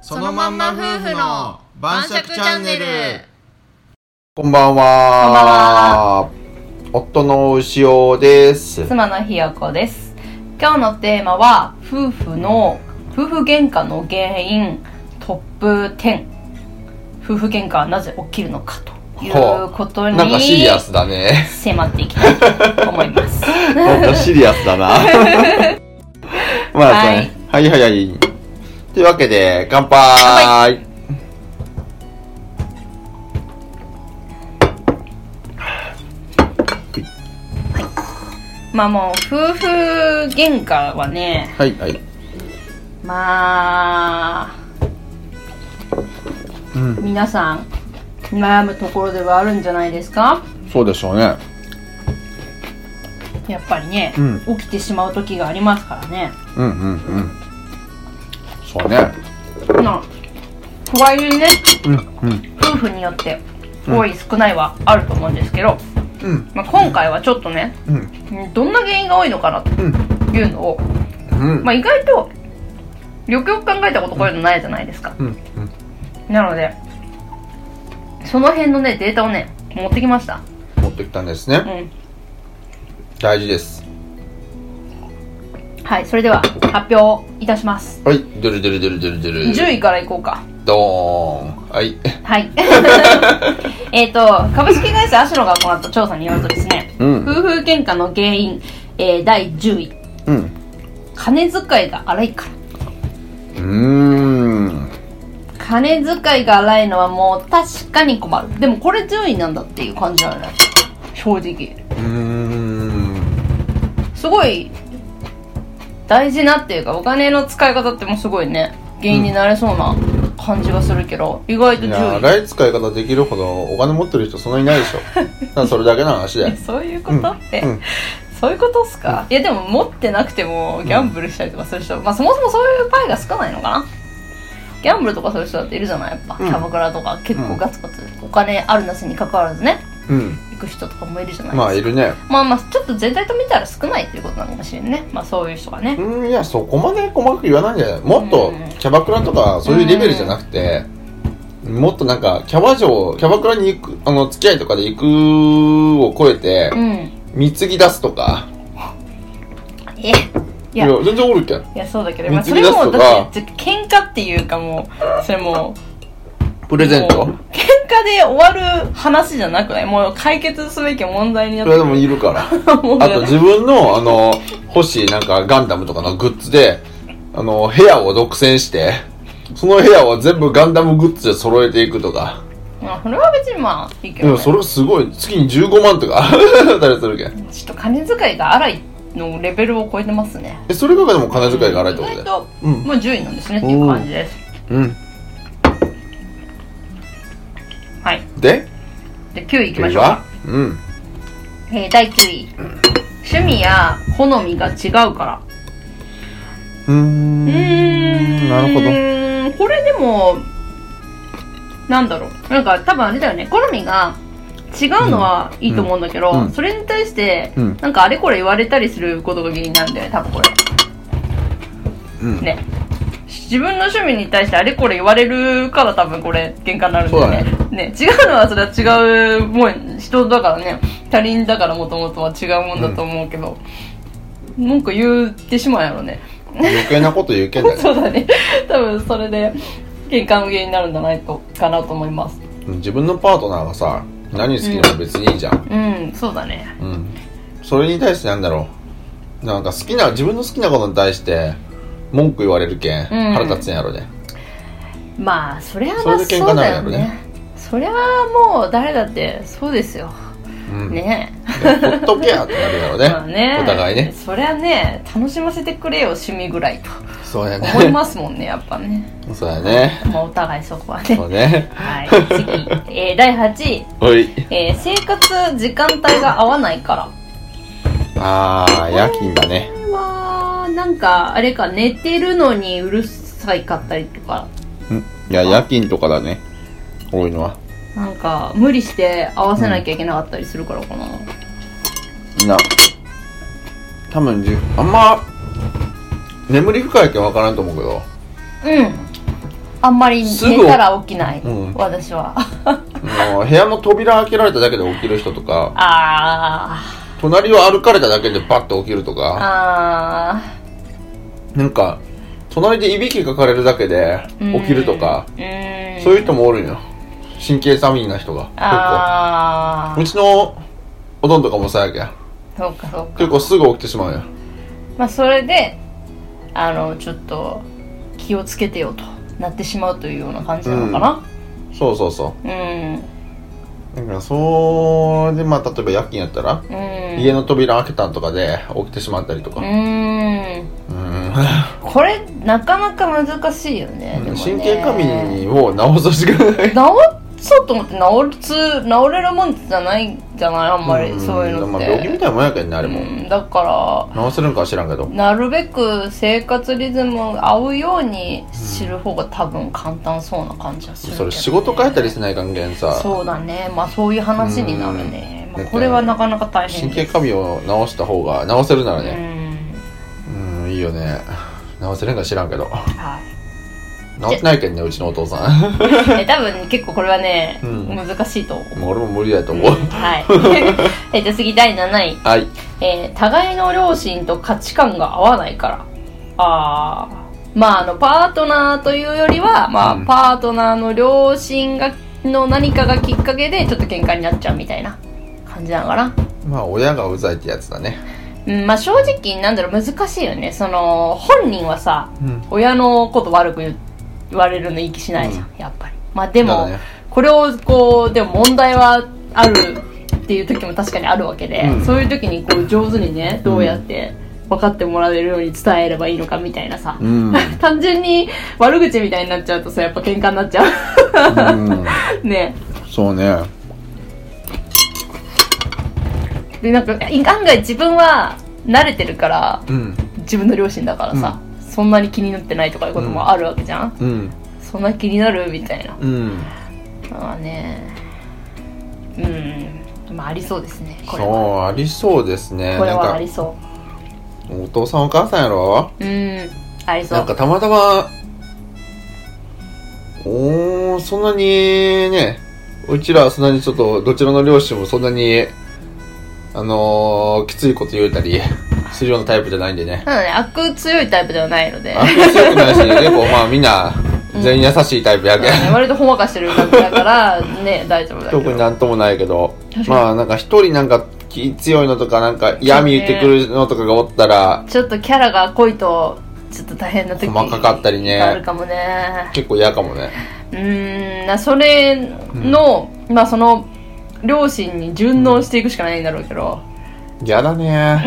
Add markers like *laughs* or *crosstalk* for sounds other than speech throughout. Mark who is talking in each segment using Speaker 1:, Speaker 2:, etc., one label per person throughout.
Speaker 1: そのまんま夫婦の晩酌チャンネル
Speaker 2: こんばんは。夫の牛尾です。
Speaker 3: 妻のひよこです今日のテーマは夫婦の夫婦喧嘩の原因トップ10夫婦喧嘩はなぜ起きるのかということに
Speaker 2: なんかシリアスだね。 *laughs*
Speaker 3: 迫っていきたいと思います
Speaker 2: なんかシリアスだ *laughs* な。まあね、はい、はいはいはい。というわけで、乾杯
Speaker 3: まあもう夫婦喧嘩はね
Speaker 2: はいはい。
Speaker 3: まあ
Speaker 2: うん、
Speaker 3: 皆さん悩むところではあるんじゃないですか
Speaker 2: そうでしょうね。
Speaker 3: やっぱりね、
Speaker 2: うん
Speaker 3: 起きてしまう時がありますからね
Speaker 2: うんうんうん。そうね。
Speaker 3: なとはいえね
Speaker 2: うんうん。
Speaker 3: 夫婦によって多い少ないはあると思うんですけど、
Speaker 2: うん
Speaker 3: まあ、今回はちょっとね
Speaker 2: うん
Speaker 3: うんどんな原因が多いのかなと
Speaker 2: うん
Speaker 3: いうのを、
Speaker 2: うん
Speaker 3: まあ、意外とよくよく考えたことこういうのないじゃないですか
Speaker 2: うんうん。
Speaker 3: なのでその辺のねデータをね持ってきました
Speaker 2: 持ってきたんですね
Speaker 3: う。ん
Speaker 2: 大事です。
Speaker 3: はいそれでは発表いたします
Speaker 2: はい。ドゥルドゥルドゥルドゥルドゥル。
Speaker 3: 10位からいこうか
Speaker 2: ドーン。はい。
Speaker 3: はい
Speaker 2: *laughs*
Speaker 3: えっと株式会社アシロが行った調査によるとですね、
Speaker 2: うん
Speaker 3: 夫婦喧嘩の原因、えー第10位
Speaker 2: うん。
Speaker 3: 金遣いが荒いから
Speaker 2: うーん。
Speaker 3: 金遣いが荒いのはもう確かに困るでもこれ10位なんだっていう感じだよね正直
Speaker 2: うーん
Speaker 3: すごい大事なっていうかお金の使い方ってもうすごいね原因になれそうな感じがするけど、意外と
Speaker 2: いや
Speaker 3: 10位
Speaker 2: 洗い使い方できるほどお金持ってる人そんなにいないでしょ
Speaker 3: *laughs*
Speaker 2: だからそれだけの話だよ
Speaker 3: え *laughs* そういうことって、
Speaker 2: うん
Speaker 3: そういうことっすか、いやでも持ってなくてもギャンブルしたりとかする人、まあそもそもそういうパイが少ないのかなギャンブルとかする人だっているじゃないやっぱ、
Speaker 2: うん
Speaker 3: キャバクラとか結
Speaker 2: う
Speaker 3: 構
Speaker 2: ん
Speaker 3: ガツガツ、お金あるなしに関わらずね
Speaker 2: うん
Speaker 3: 行く人とかもいるじゃないですか、
Speaker 2: まあいるね
Speaker 3: まあまあちょっと全体と見たら少ないっていうことなのかもしれんねまあそういう人がね
Speaker 2: うんいやそこまで細かく言わないんじゃないもっと
Speaker 3: うん
Speaker 2: キャバクラとかそういうレベルじゃなくてもっとなんかキャバ嬢キャバクラに行くあの付き合いとかで行くを超えて
Speaker 3: うん
Speaker 2: 貢ぎ出すとか
Speaker 3: えい
Speaker 2: い
Speaker 3: や
Speaker 2: や全然おるけん
Speaker 3: いやそうだけど、まあ、そ
Speaker 2: 貢ぎ
Speaker 3: れ
Speaker 2: 出す
Speaker 3: も
Speaker 2: とか
Speaker 3: だって喧嘩っていうかもうそれもう
Speaker 2: プレゼント
Speaker 3: もう喧嘩で終わる話じゃなくないもう解決すべき問題にな
Speaker 2: そ
Speaker 3: っ
Speaker 2: れ
Speaker 3: て
Speaker 2: でもいるから
Speaker 3: 思う
Speaker 2: あ
Speaker 3: よ
Speaker 2: と
Speaker 3: ね
Speaker 2: 自分の、あの、欲しいなんかガンダムとかのグッズで、あの、部屋を独占して、その部屋を全部ガンダムグッズで揃えていくとか。
Speaker 3: まあそれは別にまあいいけ
Speaker 2: でも
Speaker 3: ど、ね、
Speaker 2: それすごい、月に15万とか、 *laughs* だったりするけん。
Speaker 3: ちょっと金遣いが荒いのレベルを超えてますね
Speaker 2: え、それがでも金遣いが荒いってこ
Speaker 3: 意
Speaker 2: と
Speaker 3: 外
Speaker 2: だよ。
Speaker 3: と、
Speaker 2: うん
Speaker 3: もう10位なんですねっていう感じです
Speaker 2: うん。
Speaker 3: はい
Speaker 2: で、
Speaker 3: で9位いきまし
Speaker 2: 次
Speaker 3: ょうか
Speaker 2: はうん。
Speaker 3: えー第9位趣味や好みが違うから
Speaker 2: うーん
Speaker 3: うーん
Speaker 2: なるほど。
Speaker 3: これでもなんだろうなんか多分あれだよね好みが違うのはいいと思うんだけど、
Speaker 2: うんうん
Speaker 3: それに対して、
Speaker 2: うん
Speaker 3: なんかあれこれ言われたりすることが原因なんだよね多分これ
Speaker 2: うん。
Speaker 3: ね自分の趣味に対してあれこれ言われるから多分これ喧嘩になるんだよね
Speaker 2: そう
Speaker 3: ね違うのはそれは違うもん人だからね他人だからもともとは違うもんだと思うけど、文句言ってしまうやろね
Speaker 2: 余計なこと言うけん
Speaker 3: *laughs*
Speaker 2: だよ。
Speaker 3: そうだね多分それで喧嘩の原因になるんじゃないとかなと思います
Speaker 2: 自分のパートナーがさ、何好きでも別にいいじゃん。
Speaker 3: うんそうだね
Speaker 2: うん、それに対してなんだろうなんか好きな自分の好きなことに対して文句言われるけん、
Speaker 3: ん
Speaker 2: 腹立つんやろね
Speaker 3: まあそれは
Speaker 2: それ
Speaker 3: まあ
Speaker 2: で喧嘩
Speaker 3: そうだ
Speaker 2: な
Speaker 3: よ
Speaker 2: るよ
Speaker 3: ね
Speaker 2: ね
Speaker 3: それはもう誰だってそうですよ
Speaker 2: うん
Speaker 3: ね
Speaker 2: ほっとけやってなるやろね,、
Speaker 3: *laughs* まあね
Speaker 2: お互いね
Speaker 3: そりゃね楽しませてくれよ趣味ぐ
Speaker 2: *laughs*
Speaker 3: らいと
Speaker 2: そうや
Speaker 3: 思い
Speaker 2: ね
Speaker 3: ますもんねやっぱね
Speaker 2: そうやね
Speaker 3: まあお互いそこはね
Speaker 2: そうね
Speaker 3: はい次、えー第8位、
Speaker 2: *laughs* おい
Speaker 3: えー生活時間帯が合わないから
Speaker 2: ああ夜勤だね
Speaker 3: これはなんかあれか寝てるのにうるさいかったりとか
Speaker 2: うんいや夜勤とかだね多いのは
Speaker 3: なんか無理して合わせなきゃいけなかったりするからかな、
Speaker 2: な多分じあんま眠り深いけん分からんと思うけど
Speaker 3: うんあんまり
Speaker 2: すぐ
Speaker 3: 寝たら起きない、
Speaker 2: うん
Speaker 3: 私
Speaker 2: *laughs*
Speaker 3: は
Speaker 2: もう部屋の扉開けられただけで起きる人とか
Speaker 3: あー
Speaker 2: 隣を歩かれただけでバッと起きるとか
Speaker 3: あ
Speaker 2: なんか隣でいびきかかれるだけで
Speaker 3: ー
Speaker 2: 起きるとか
Speaker 3: うーん
Speaker 2: そういう人もおるんよ神経サミンな人が
Speaker 3: あ
Speaker 2: 結構うちのおどんとかもさやけん
Speaker 3: あそうかそうか
Speaker 2: 結構すぐ起きてしまうよ
Speaker 3: まあそれであのちょっと気をつけてよとなってしまうというような感じなのかな
Speaker 2: そうそうそ
Speaker 3: うん
Speaker 2: うだからそれでまあ例えば夜勤やったら
Speaker 3: うん
Speaker 2: 家の扉開けたんとかで起きてしまったりと
Speaker 3: う
Speaker 2: か
Speaker 3: ーん
Speaker 2: うん
Speaker 3: これなかなか難しいよね,、でもね
Speaker 2: 神経過敏を直させてくれない
Speaker 3: 治そうと思って治るつ治れるもんじゃないんじゃないあんまりそういうの
Speaker 2: ま
Speaker 3: っ
Speaker 2: あ
Speaker 3: て、
Speaker 2: 病気みたいなもんやけんねあれも
Speaker 3: うんだか
Speaker 2: 直せるんかは知らんけど
Speaker 3: らなるべく生活リズムを合うように知る方が多分簡単そうな感じはするけ
Speaker 2: そ
Speaker 3: どね、
Speaker 2: れ仕事変えたりせない関係さ
Speaker 3: そうだねまあそういう話になるね、
Speaker 2: うん
Speaker 3: まあ、これはなかなか大変
Speaker 2: 神経過敏を直した方が直せるなら
Speaker 3: う
Speaker 2: ね
Speaker 3: ん
Speaker 2: うんいいよね直せるんか知らんけ
Speaker 3: *laughs*
Speaker 2: ど
Speaker 3: はい
Speaker 2: 直ってないけんねうちのお父さん
Speaker 3: え多分結構これはね、
Speaker 2: うん
Speaker 3: 難しいと思う
Speaker 2: もう俺も無理だと
Speaker 3: うん
Speaker 2: 思う
Speaker 3: はい。 *laughs* え、じゃあ次第7位。
Speaker 2: はい
Speaker 3: えー互いの両親と価値観が合わないから。あー。まあ、あの、パートナーというよりは、まあ、
Speaker 2: うん
Speaker 3: パートナーの両親が、の何かがきっかけで、ちょっと喧嘩になっちゃうみたいな感じなのかな。
Speaker 2: まあ親がうざいってやつだね
Speaker 3: うん、まあ正直、なんだろう、難しいよね。その、本人はさ、
Speaker 2: うん
Speaker 3: 親のこと悪く言う言われるのいい気しないじゃん、やっぱりまあでも、
Speaker 2: だね
Speaker 3: これをこうでも問題はあるっていう時も確かにあるわけで、
Speaker 2: うん
Speaker 3: そういう時にこう上手にねどうやって分かってもらえるように伝えればいいのかみたいなさ、
Speaker 2: うん
Speaker 3: *laughs* 単純に悪口みたいになっちゃうとさやっぱ喧嘩になっちゃ
Speaker 2: うん
Speaker 3: う *laughs* ね
Speaker 2: そうね
Speaker 3: でなんか案外自分は慣れてるから
Speaker 2: うん
Speaker 3: 自分の両親だからさ、そんなに気になってないとかいうこともあるわけじゃん、
Speaker 2: うん
Speaker 3: そんな気になるみたいな
Speaker 2: うん
Speaker 3: まあねうんまあありそうですねこれ
Speaker 2: そ
Speaker 3: は
Speaker 2: うありそうですね
Speaker 3: これ
Speaker 2: なん
Speaker 3: はあ
Speaker 2: か
Speaker 3: りそ
Speaker 2: お父さんお母さんやろ
Speaker 3: ううんありそ
Speaker 2: なん
Speaker 3: う
Speaker 2: かたまたま、おー、そんなにね、うちらはそんなにちょっと、どちらの両親もそんなに、あのー、きついこと言うたり、するようなタイプじゃないんでね。
Speaker 3: なので悪強いタイプではないので
Speaker 2: あんまり強くないし、
Speaker 3: *laughs*
Speaker 2: 結構まあみんな、全員優しいタイプやけん。
Speaker 3: 割とほんわかしてる感じだからね大丈夫だけ
Speaker 2: 特に
Speaker 3: ど
Speaker 2: なんともないけど
Speaker 3: 確かに、
Speaker 2: まあなんか一人なんか気強いのとか、なんか嫌味言ってくるのとかがおったら、
Speaker 3: ちょっとキャラが濃いとちょっと大変な時
Speaker 2: 細かかったりね
Speaker 3: あるかもね
Speaker 2: 結構嫌かもね。
Speaker 3: うーんなそれの、まあその両親に順応していくしかないんだろうけど、
Speaker 2: 嫌だ
Speaker 3: *laughs*
Speaker 2: ね。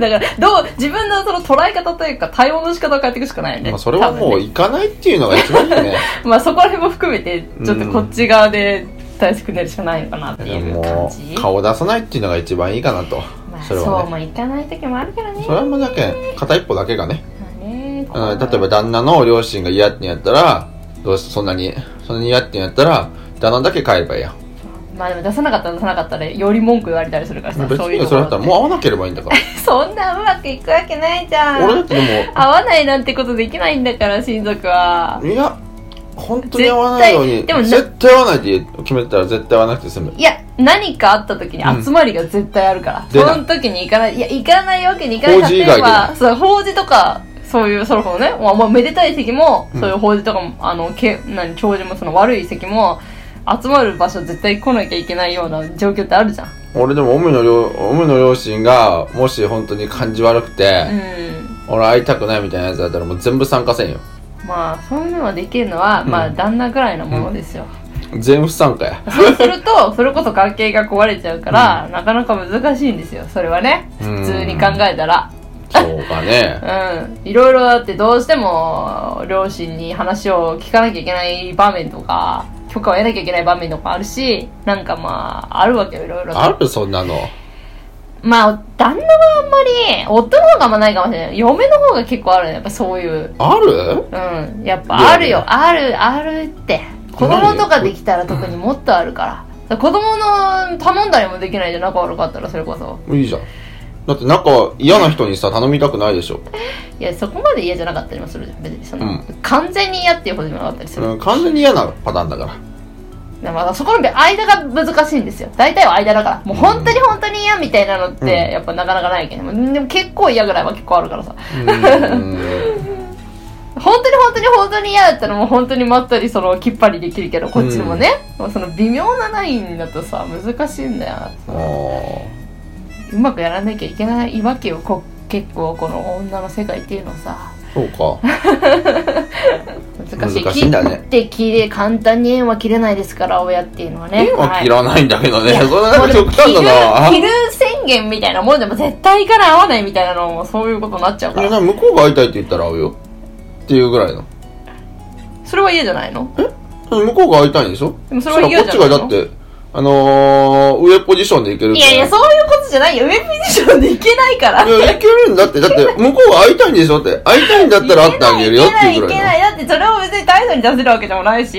Speaker 3: だからどう自分のその捉え方というか対応の仕方を変えていくしかないよね、
Speaker 2: まあそれは
Speaker 3: 多分
Speaker 2: も
Speaker 3: ね
Speaker 2: う行かないっていうのが一番いい
Speaker 3: *laughs*
Speaker 2: ね。 *laughs*
Speaker 3: まあそこら辺も含めてちょっとこっち側で対策練るしかないのかなって
Speaker 2: で
Speaker 3: いう感
Speaker 2: も
Speaker 3: じ、
Speaker 2: 顔出さないっていうのが一番いいかなと、
Speaker 3: まあ、
Speaker 2: そ
Speaker 3: そ
Speaker 2: れは
Speaker 3: う
Speaker 2: ね
Speaker 3: もいかない時もあるからね
Speaker 2: それはもうだけ片一方だけがね、
Speaker 3: まあね
Speaker 2: うん例えば旦那の両親が嫌ってんやったらどうしてそんなにそんなに嫌ってんやったら旦那だけ帰ればいいやん
Speaker 3: まあでも出さなかったら出さなかったらより文句言われたりするからさ
Speaker 2: 別
Speaker 3: そういう
Speaker 2: にそ
Speaker 3: とこ
Speaker 2: れだ
Speaker 3: ろ
Speaker 2: ったら
Speaker 3: で
Speaker 2: もう会わなければいいんだから
Speaker 3: *laughs* そんなうまくいくわけないじゃん
Speaker 2: 俺だってで
Speaker 3: 合わないなんてことできないんだから親族は
Speaker 2: もいや本当に会わないように
Speaker 3: 絶対でもな
Speaker 2: 絶対会わないって決めてたら絶対会わなくて済む
Speaker 3: いや何かあった時に集まりが絶対あるから、
Speaker 2: 出ない
Speaker 3: その時に行かないいや行かないわけにいかない
Speaker 2: 法事以外で
Speaker 3: ばそう法事とかそういうそろそろね、まあ、まあめでたい席も、
Speaker 2: うん
Speaker 3: そういう法事とかもあのけ何長寿もその悪い席も集まる場所絶対来なきゃいけないような状況ってあるじゃん
Speaker 2: 俺でもオムの両オムの両親がもし本当に感じ悪く
Speaker 3: う
Speaker 2: て、
Speaker 3: ん
Speaker 2: 俺会いたくないみたいなやつだったらもう全部参加せんよ
Speaker 3: まあそういうのはできるのは、まあ旦那ぐらいのものですよ、
Speaker 2: 全不参加や
Speaker 3: そうするとそれこそ関係が壊れちゃうから、なかなか難しいんですよそれはね
Speaker 2: うん
Speaker 3: 普通に考えたら
Speaker 2: そうかね
Speaker 3: うん、いろいろだってどうしても両親に話を聞かなきゃいけない場面とか許可を得なきゃいけない場面とかあるしなんかまああるわけよいろいろと
Speaker 2: あるそんなの
Speaker 3: まあ旦那はあんまり夫の方があんまないかもしれない嫁の方が結構あるねやっぱそういう
Speaker 2: ある
Speaker 3: うんやっぱあるよ
Speaker 2: いや
Speaker 3: あるあるって子供とかできたら特にもっとあるから子供の頼んだりもできないじゃん仲悪かったらそれこそ
Speaker 2: いいじゃんだって仲嫌な人にさ頼みたくないでしょ、
Speaker 3: いやそこまで嫌じゃなかったりもするじゃん別にその、
Speaker 2: うん
Speaker 3: 完全に嫌っていうほどでもなかったりする、
Speaker 2: うん、完全に嫌なパターンだから
Speaker 3: でもそこの間が難しいんですよ大体は間だからもう本当に本当に嫌みたいなのって、
Speaker 2: うん
Speaker 3: やっぱなかなかないけどでも結構嫌ぐらいは結構あるからさ *laughs*
Speaker 2: うん
Speaker 3: 本当に本当に本当に嫌だったらもう本当にまったりそのきっぱりできるけどこっちもね、もうその微妙なラインだとさ難しいんだよ
Speaker 2: あー
Speaker 3: うまくやらなきゃいけないわけよこ結構この女の世界っていうのはさ
Speaker 2: そうか
Speaker 3: 難しい
Speaker 2: 難しいんだね
Speaker 3: 切って切れ簡単に縁は切れないですから親っていうのはね
Speaker 2: 縁は切ら
Speaker 3: は
Speaker 2: ないんだけどね、
Speaker 3: い
Speaker 2: それなんか極端
Speaker 3: もう
Speaker 2: だな
Speaker 3: でも切る切る宣言みたいなもんでも絶対から合わないみたいなのもそういうことになっちゃう
Speaker 2: い
Speaker 3: か
Speaker 2: や
Speaker 3: ら
Speaker 2: なんか向こうが会いたいって言ったら会うよっていうぐらいの
Speaker 3: それは嫌じゃないの
Speaker 2: 向こうが会いたいんでしょ
Speaker 3: でもそ
Speaker 2: し
Speaker 3: れは
Speaker 2: たら
Speaker 3: 嫌
Speaker 2: こっち
Speaker 3: じゃない
Speaker 2: が
Speaker 3: の
Speaker 2: だってあのー、上ポジションでいける
Speaker 3: い
Speaker 2: から
Speaker 3: やいやそういうことじゃないよウェブポジションでいけないから
Speaker 2: いやいけるんだってだって向こうが会いたいんでしょって会いたいんだったら会ってあげるよっていうぐ
Speaker 3: いけ
Speaker 2: らいの
Speaker 3: ないいけないだってそれを別に態度に出せるわけでもないし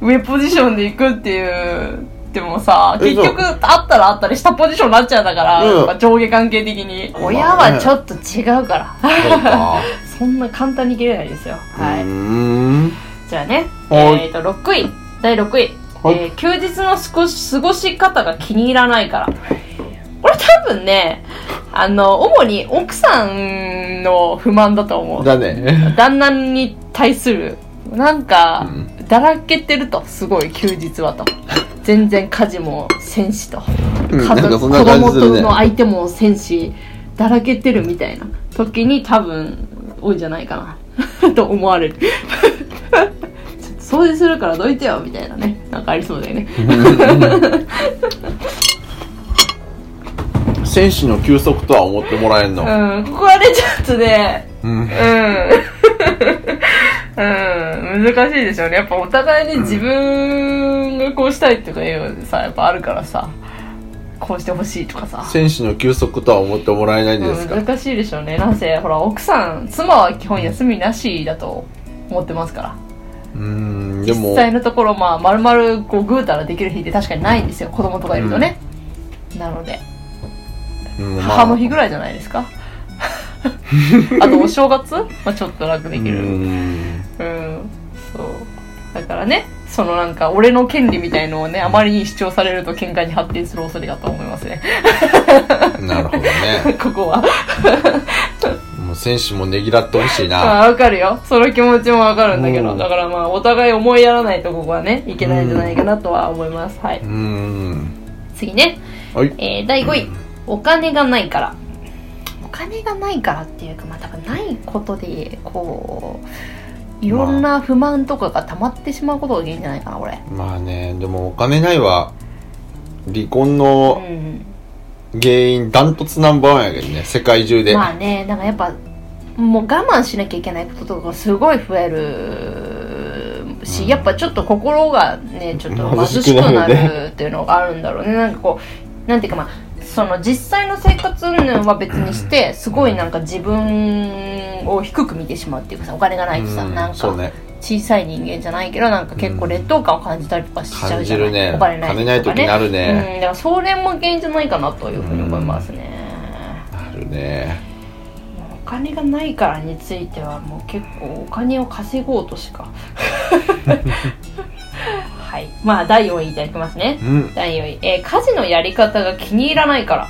Speaker 3: 上ポジションで行くっていうでもさ
Speaker 2: え
Speaker 3: 結局あったらあったり下ポジションになっちゃうだから、
Speaker 2: うん
Speaker 3: やっぱ上下関係的に
Speaker 2: まあね
Speaker 3: 親はちょっと違うから
Speaker 2: そうか
Speaker 3: そんな簡単に切れないですよは
Speaker 2: う
Speaker 3: い
Speaker 2: ーん
Speaker 3: じゃあね
Speaker 2: はい
Speaker 3: えっ、と6位第6位、
Speaker 2: はい
Speaker 3: えー休日の過ごし過ごし方が気に入らないからこれ多分ねあの主に奥さんの不満だと思う
Speaker 2: だね
Speaker 3: 旦那に対するなんか、
Speaker 2: う
Speaker 3: だらけてるとすごい休日はと全然家事もせんしと
Speaker 2: うんな
Speaker 3: 家族、
Speaker 2: んかそんな
Speaker 3: 子
Speaker 2: 感
Speaker 3: 供
Speaker 2: じする
Speaker 3: と
Speaker 2: ね
Speaker 3: の相手もせんしだらけてるみたいな時に多分多いんじゃないかな *laughs* と思われるちょっと掃除するからどいてよみたいなねなんかありそうだ
Speaker 2: *laughs*
Speaker 3: よね
Speaker 2: 選手の休息とは思ってもらえんの
Speaker 3: うんここはねちょっとね
Speaker 2: うん
Speaker 3: うん、 *laughs* うん、難しいでしょうねやっぱお互いに自分がこうしたいとかいうのさやっぱあるからさこうしてほしいとかさ、
Speaker 2: 選手の休息とは思ってもらえないんですか、
Speaker 3: うん、難しいでしょうねなんせほら奥さん妻は基本休みなしだと思ってますから
Speaker 2: うーんでも
Speaker 3: 実際のところまあ丸々こうぐうたらできる日って確かにないんですよ子供とかいるとね、なので
Speaker 2: うんまあ
Speaker 3: 母の日ぐらいじゃないで
Speaker 2: *laughs*
Speaker 3: すかあとお正月、まあ、ちょっと楽で
Speaker 2: う
Speaker 3: きる
Speaker 2: ーん
Speaker 3: うんそうだからねそのなんか俺の権利みたいのをねあまりに主張されると喧嘩に発展する恐れだと思いますね
Speaker 2: なるほど
Speaker 3: *laughs*
Speaker 2: ね
Speaker 3: ここは
Speaker 2: もう選手もねぎらってほしいな
Speaker 3: まあわかるよその気持ちもわかるんだけど、
Speaker 2: うん
Speaker 3: だからまあお互い思いやらないとここはねいけないんじゃないかなとは思います、はいう
Speaker 2: ーん
Speaker 3: 次ね、
Speaker 2: はい
Speaker 3: えー第5位、お金がないからお金がないからっていうかまあ多分ないことでこういろんな不満とかが溜まってしまうことが原因じゃないかな俺
Speaker 2: まあねでもお金ないは離婚
Speaker 3: う
Speaker 2: の
Speaker 3: ん
Speaker 2: 原因ダントツナンバーワンやけどね世界中で、
Speaker 3: まあねなんかやっぱもう我慢しなきゃいけないこととかがすごい増えるし、
Speaker 2: うん
Speaker 3: やっぱちょっと心がねちょっと
Speaker 2: 貧
Speaker 3: 貧
Speaker 2: しく
Speaker 3: しくな
Speaker 2: なるね
Speaker 3: るっていうのがあるんだろうねなんかこうなんていうかまあその実際の生活云々は別にしてすごいなんか自分を低く見てしまうっていうかさお金がないとさ、
Speaker 2: うん
Speaker 3: なん
Speaker 2: そう
Speaker 3: か
Speaker 2: ね
Speaker 3: 小さい人間じゃないけどなんか結構劣等感を感じたりとかしちゃ
Speaker 2: 感
Speaker 3: うじ
Speaker 2: じ
Speaker 3: ゃない、
Speaker 2: るね
Speaker 3: お金ない
Speaker 2: 金ない
Speaker 3: とか
Speaker 2: 時
Speaker 3: ね
Speaker 2: なる
Speaker 3: う
Speaker 2: ね、
Speaker 3: んだからそれも原因じゃないかなというふうに思いますね、
Speaker 2: なるね
Speaker 3: お金がないからについてはもう結構お金を稼ごう
Speaker 2: *laughs*
Speaker 3: としかはいまあ第4位いただきますね
Speaker 2: うん
Speaker 3: 第4位、えー家事のやり方が気に入らないから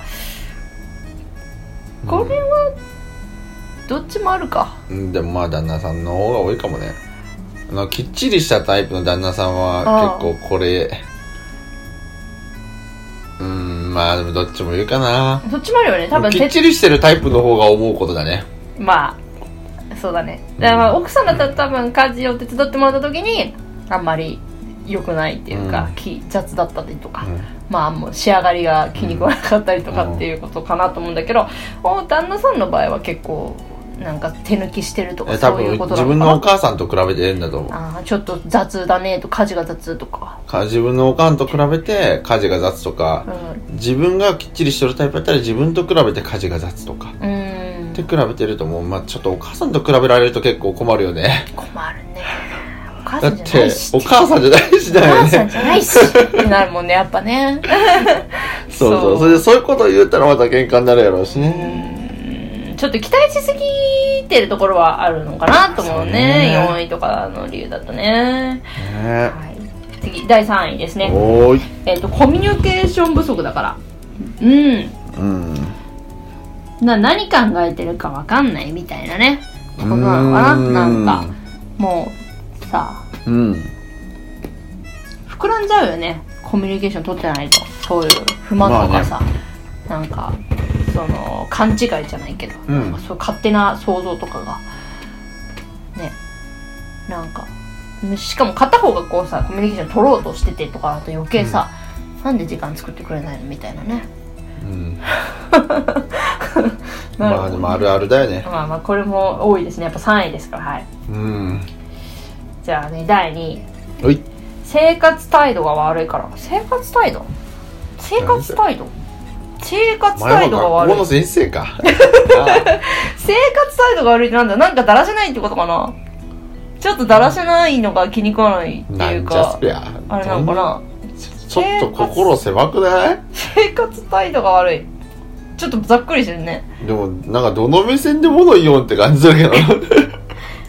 Speaker 3: これはどっちもあるか
Speaker 2: うんでもまあ旦那さんの方が多いかもねあのきっちりしたタイプの旦那さん
Speaker 3: あ
Speaker 2: は
Speaker 3: あ
Speaker 2: 結構これうんまあでもどっちも言うかな
Speaker 3: どっちもあるよね多分
Speaker 2: きっ
Speaker 3: て
Speaker 2: ちりしてるタイプの方が思うことだね
Speaker 3: まあそうだねだからまあ奥さんだったら多分家事を手伝ってもらった時にあんまり良くないっていうか、
Speaker 2: うん
Speaker 3: き雑だったりとか、
Speaker 2: う
Speaker 3: まあもう仕上がりが気に食わなかったりとかっていうことかなと思うんだけど、お旦那さんの場合は結構なんか手抜きしてると
Speaker 2: ん
Speaker 3: か
Speaker 2: え多
Speaker 3: そうい
Speaker 2: 分
Speaker 3: うことな
Speaker 2: 自
Speaker 3: のか
Speaker 2: 分
Speaker 3: な
Speaker 2: のお母さんと比べてんだと思う
Speaker 3: あーちょっと雑だねと家事が雑とか、
Speaker 2: か自分のおかんと比べて家事が雑とか
Speaker 3: うん、う
Speaker 2: 自分がきっちりしてるタイプだったら自分と比べて家事が雑とか
Speaker 3: ーん
Speaker 2: って比べてるともう、まあ、ちょっとお母さんと比べられると結構困るよね
Speaker 3: 困るねお母
Speaker 2: だっ
Speaker 3: さんじゃな
Speaker 2: て
Speaker 3: いし
Speaker 2: お母さんじゃないし
Speaker 3: お
Speaker 2: だよ
Speaker 3: 母さん
Speaker 2: ね
Speaker 3: じゃないしってなるもんねやっぱね
Speaker 2: *laughs* そうそうそれでそういうことを言ったらまた喧嘩になるやろうしね
Speaker 3: うんちょっと期待しすぎてるところはあるのかなと思うね
Speaker 2: そう
Speaker 3: 4位とかの理由だとね、
Speaker 2: ね
Speaker 3: はい、次第3位ですね、
Speaker 2: おーい
Speaker 3: えっとコミュニケーション不足だからうん
Speaker 2: うん
Speaker 3: な何考えてるか分かんないみたいなねことなのかな
Speaker 2: うーん
Speaker 3: なんかもうさ
Speaker 2: うん
Speaker 3: 膨らんじゃうよねコミュニケーション取ってないとそういう不満とかさ、なんかその勘違いじゃないけど、
Speaker 2: うん
Speaker 3: なんかそう勝手な想像とかがねなんかしかも片方がこうさコミュニケーション取ろうとしててとかだと余計さ、なんで時間作ってくれないのみたいなね
Speaker 2: うんま
Speaker 3: なるほ
Speaker 2: あ
Speaker 3: ど
Speaker 2: でもあるあるだよね
Speaker 3: まあまあこれも多いですねやっぱ3位ですからはい
Speaker 2: うん
Speaker 3: じゃあね第2位
Speaker 2: おい
Speaker 3: 生活態度が悪いから生活態度生活態度生活
Speaker 2: 前
Speaker 3: 態
Speaker 2: も
Speaker 3: 度が
Speaker 2: 学
Speaker 3: 悪
Speaker 2: 校
Speaker 3: い
Speaker 2: の先生か
Speaker 3: *laughs* 生活態度が悪いってなんだなんかだらしないってことかなちょっとだらしないのが気に食わないって
Speaker 2: ない
Speaker 3: うん
Speaker 2: じゃ
Speaker 3: か
Speaker 2: そりゃ
Speaker 3: あれなのかな
Speaker 2: ちょっと心狭くない
Speaker 3: 生活態度が悪いちょっとざっくりしてるね
Speaker 2: でもなんかどの目線で物言おうって感じだけど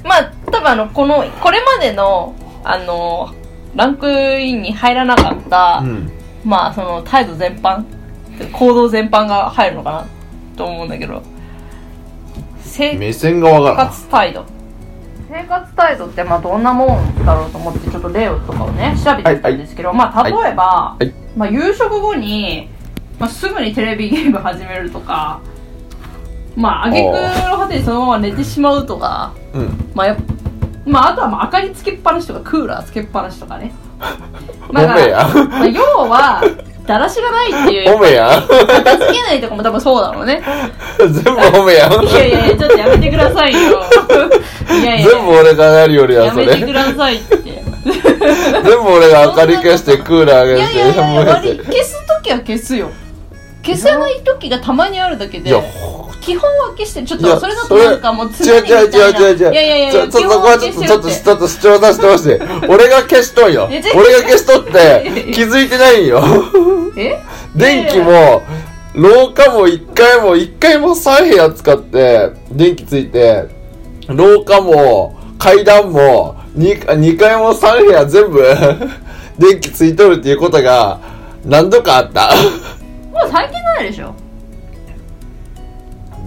Speaker 3: まあ多分あのこのこれまでのあのランクインに入らなかった、
Speaker 2: うん
Speaker 3: まあその態度全般行動全般が入るのかなと思うんだけど生
Speaker 2: 目線がわからん
Speaker 3: 活態度生活態度ってまあどんなもんだろうと思ってちょっと例をとかをね調べてみたんですけど、まあ例えば、
Speaker 2: いはい
Speaker 3: まあ、夕食後に、まあ、すぐにテレビゲーム始めるとかまあ挙句の果てにそのまま寝てしまうとか
Speaker 2: うん
Speaker 3: まあやっぱまあ、あとはまあ明かりつけっぱなしとかクーラーつけっぱなしと
Speaker 2: *laughs*
Speaker 3: かね
Speaker 2: おめやん
Speaker 3: まあ、要はだらしがないっていう
Speaker 2: おめや
Speaker 3: *laughs*
Speaker 2: ん
Speaker 3: 片付けないとかも多分そうだろうね
Speaker 2: 全部おめやん
Speaker 3: いやいやいやちょっとやめてくださいよいやいや
Speaker 2: 全部俺がなるよりは
Speaker 3: や
Speaker 2: そ
Speaker 3: め
Speaker 2: れ
Speaker 3: て
Speaker 2: 全
Speaker 3: くださいってい
Speaker 2: 部俺が明かり消してクーラー上げ
Speaker 3: や
Speaker 2: て
Speaker 3: いやいや
Speaker 2: や
Speaker 3: 悪い消す時は消すよ消せない時がたまにあるだけ
Speaker 2: い
Speaker 3: で
Speaker 2: やほ
Speaker 3: 基本は消してちょっ
Speaker 2: い
Speaker 3: と
Speaker 2: や
Speaker 3: それだとなんかもう
Speaker 2: 違う
Speaker 3: 常にみ
Speaker 2: 違う
Speaker 3: た
Speaker 2: 違
Speaker 3: いうな
Speaker 2: 違う違う
Speaker 3: いやいやいや
Speaker 2: ちょ
Speaker 3: 基
Speaker 2: ちょ
Speaker 3: 本
Speaker 2: そこ
Speaker 3: は
Speaker 2: はちょっ
Speaker 3: 消
Speaker 2: と
Speaker 3: して
Speaker 2: ちょっ
Speaker 3: る
Speaker 2: と
Speaker 3: って
Speaker 2: ちょっと主張させてほしい
Speaker 3: *laughs*
Speaker 2: 俺が消しとんよ
Speaker 3: い
Speaker 2: 俺
Speaker 3: や違う
Speaker 2: が消しとって気づいてないんよ
Speaker 3: え
Speaker 2: 電気も廊下も一回も一回も3部屋使って電気ついて廊下も階段も 2, 2階も3部屋全部 *laughs* 電気ついとるっていうことが何度かあった
Speaker 3: もう最近ないでしょ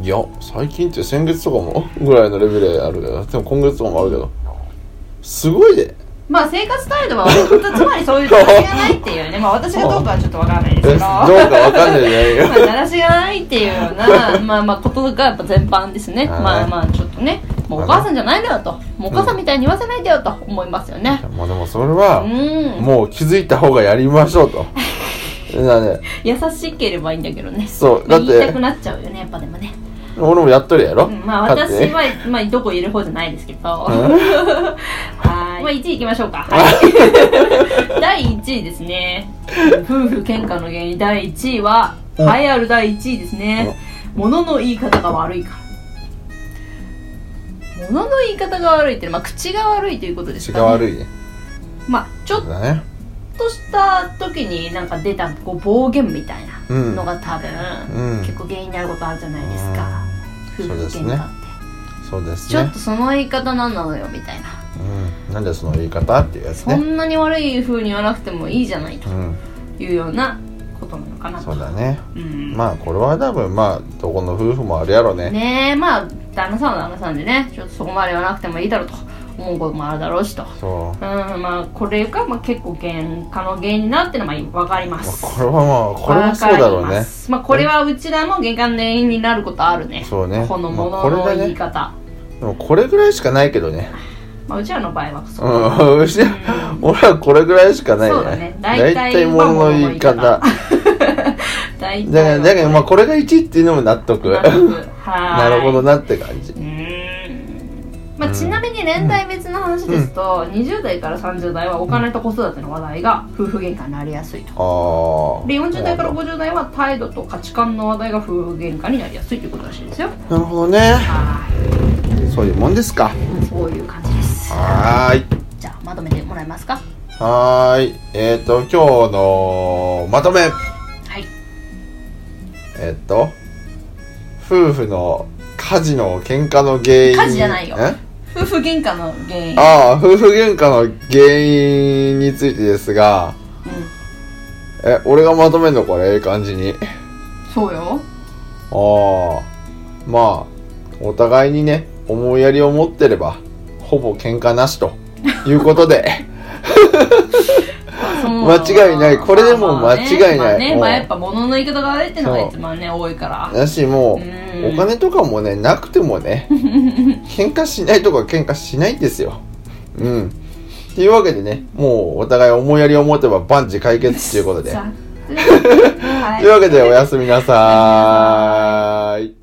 Speaker 2: いや最近って先月とかもぐらいのレベルあるけどでも今月とかもあるけどすごいで
Speaker 3: まあ生活態度は悪くつまりそういうだらしがないっていうねまあ私がどうかはちょっとわからないで
Speaker 2: え
Speaker 3: す
Speaker 2: ど
Speaker 3: け
Speaker 2: う
Speaker 3: ど
Speaker 2: かわかんないじゃ
Speaker 3: *laughs*
Speaker 2: ないよ
Speaker 3: まあ、だらしがないっていうよう
Speaker 2: *laughs*
Speaker 3: な、まあまあ、ことがやっぱ全般ですね。
Speaker 2: はい
Speaker 3: まあまあ、ちょっとね、もうお母さんじゃないだよと、もうお母さんみたいに言わせないだよと思いますよね。
Speaker 2: もうでもそれ
Speaker 3: う
Speaker 2: は
Speaker 3: ん、
Speaker 2: もう気づいた方がやりましょうとだね
Speaker 3: 優しければいいんだけどね。
Speaker 2: そう
Speaker 3: まあ
Speaker 2: だって
Speaker 3: 言いたくなっちゃうよね、やっぱでもね。
Speaker 2: 俺もやっとるやろ、
Speaker 3: うんまあ、
Speaker 2: だっ
Speaker 3: 私
Speaker 2: て
Speaker 3: は、まあ、どこいる方じゃないですけど。 *laughs* はい。まあ、1位いきましょうか。はい。 *laughs* 第1位ですね。夫婦喧嘩の原因第1位は、
Speaker 2: うん
Speaker 3: 栄えある第1位ですね。物の言い方が悪いから。物の言い方が悪いって、まあ、口が悪いということです
Speaker 2: *laughs* 口
Speaker 3: か、
Speaker 2: が悪いね
Speaker 3: まあ、ちょっ
Speaker 2: だね
Speaker 3: とした時になんか出たこう暴言みたいな
Speaker 2: うん
Speaker 3: のが多分、
Speaker 2: うん
Speaker 3: 結構原因になることあるじゃないです
Speaker 2: う
Speaker 3: か。
Speaker 2: ん
Speaker 3: 夫婦
Speaker 2: そう
Speaker 3: 喧
Speaker 2: です
Speaker 3: 嘩
Speaker 2: ね
Speaker 3: って。
Speaker 2: そうです
Speaker 3: ちょっ
Speaker 2: ね
Speaker 3: とその言い方何なのよみたいな
Speaker 2: うんなんでその言い方っていうやつ
Speaker 3: そ
Speaker 2: ね
Speaker 3: んなに悪い風に言わなくてもいいじゃないと
Speaker 2: うん
Speaker 3: いうようなことなのかなと
Speaker 2: そうだね
Speaker 3: うん
Speaker 2: まあこれは多分まあどこの夫婦もあるやろうね
Speaker 3: ねえまあ旦那さんは旦那さんでねちょっとそこまで言わなくてもいいだろうと思うこともあるだろうしとうん
Speaker 2: そう
Speaker 3: まあこれがまあ結構喧嘩の原因になってのは分かりま
Speaker 2: まあ
Speaker 3: す
Speaker 2: これはまあこれはそうだろう
Speaker 3: わかりま
Speaker 2: ね
Speaker 3: すまあこれはうちらも喧嘩の原因になることあるね
Speaker 2: そうね
Speaker 3: このも
Speaker 2: まあ
Speaker 3: の
Speaker 2: これ
Speaker 3: の
Speaker 2: だね
Speaker 3: 言い方、ま
Speaker 2: でもこれぐらいしかないけどね
Speaker 3: あうちらの場合はそうう、
Speaker 2: んうち俺はこれぐらいしかない
Speaker 3: そうだ
Speaker 2: ね
Speaker 3: ね大体
Speaker 2: い物の言い方
Speaker 3: まあ
Speaker 2: *laughs* だか
Speaker 3: *laughs* 大体
Speaker 2: らだからまあ
Speaker 3: は
Speaker 2: これが1っていうのも納得 *laughs*
Speaker 3: 納得は
Speaker 2: なるほ
Speaker 3: ど
Speaker 2: どなって感じ
Speaker 3: うーんまあ、ちなみに年代別の話ですと、20代から30代はお金と子育ての話題が夫婦喧嘩になりやすいと
Speaker 2: ああー
Speaker 3: で40代から50代は態度と価値観の話題が夫婦喧嘩になりやすいということらしいですよ
Speaker 2: なるほどね
Speaker 3: は
Speaker 2: そういうもんですか
Speaker 3: いそういう感じです
Speaker 2: はーい
Speaker 3: じゃあまとめてもらえますか
Speaker 2: はーいえっ、ー、と今日のまとめ
Speaker 3: はい
Speaker 2: えっと夫婦の家事の喧嘩の原因
Speaker 3: 家事じゃないよ
Speaker 2: え
Speaker 3: 夫婦喧嘩の原因
Speaker 2: ああ夫婦喧嘩の原因についてですが
Speaker 3: うん
Speaker 2: え俺がまとめんのこれええ感じに
Speaker 3: そうよ
Speaker 2: ああまあお互いにね思いやりを持ってればほぼ喧嘩なしということ *laughs* で間違いないこれでも間違いない
Speaker 3: まあね,、まあね
Speaker 2: うん
Speaker 3: まあ、やっぱ物の言い方が悪いってのが
Speaker 2: そう
Speaker 3: 一番ね多いから
Speaker 2: だしも
Speaker 3: う
Speaker 2: うんお金とかもねなくても *laughs* ね喧嘩しないとか喧嘩しないんですようんっていうわけでねもうお互い思いやりを持てば万事解決っていうことで *laughs*
Speaker 3: さ
Speaker 2: という
Speaker 3: は
Speaker 2: わけでおやすみなさーい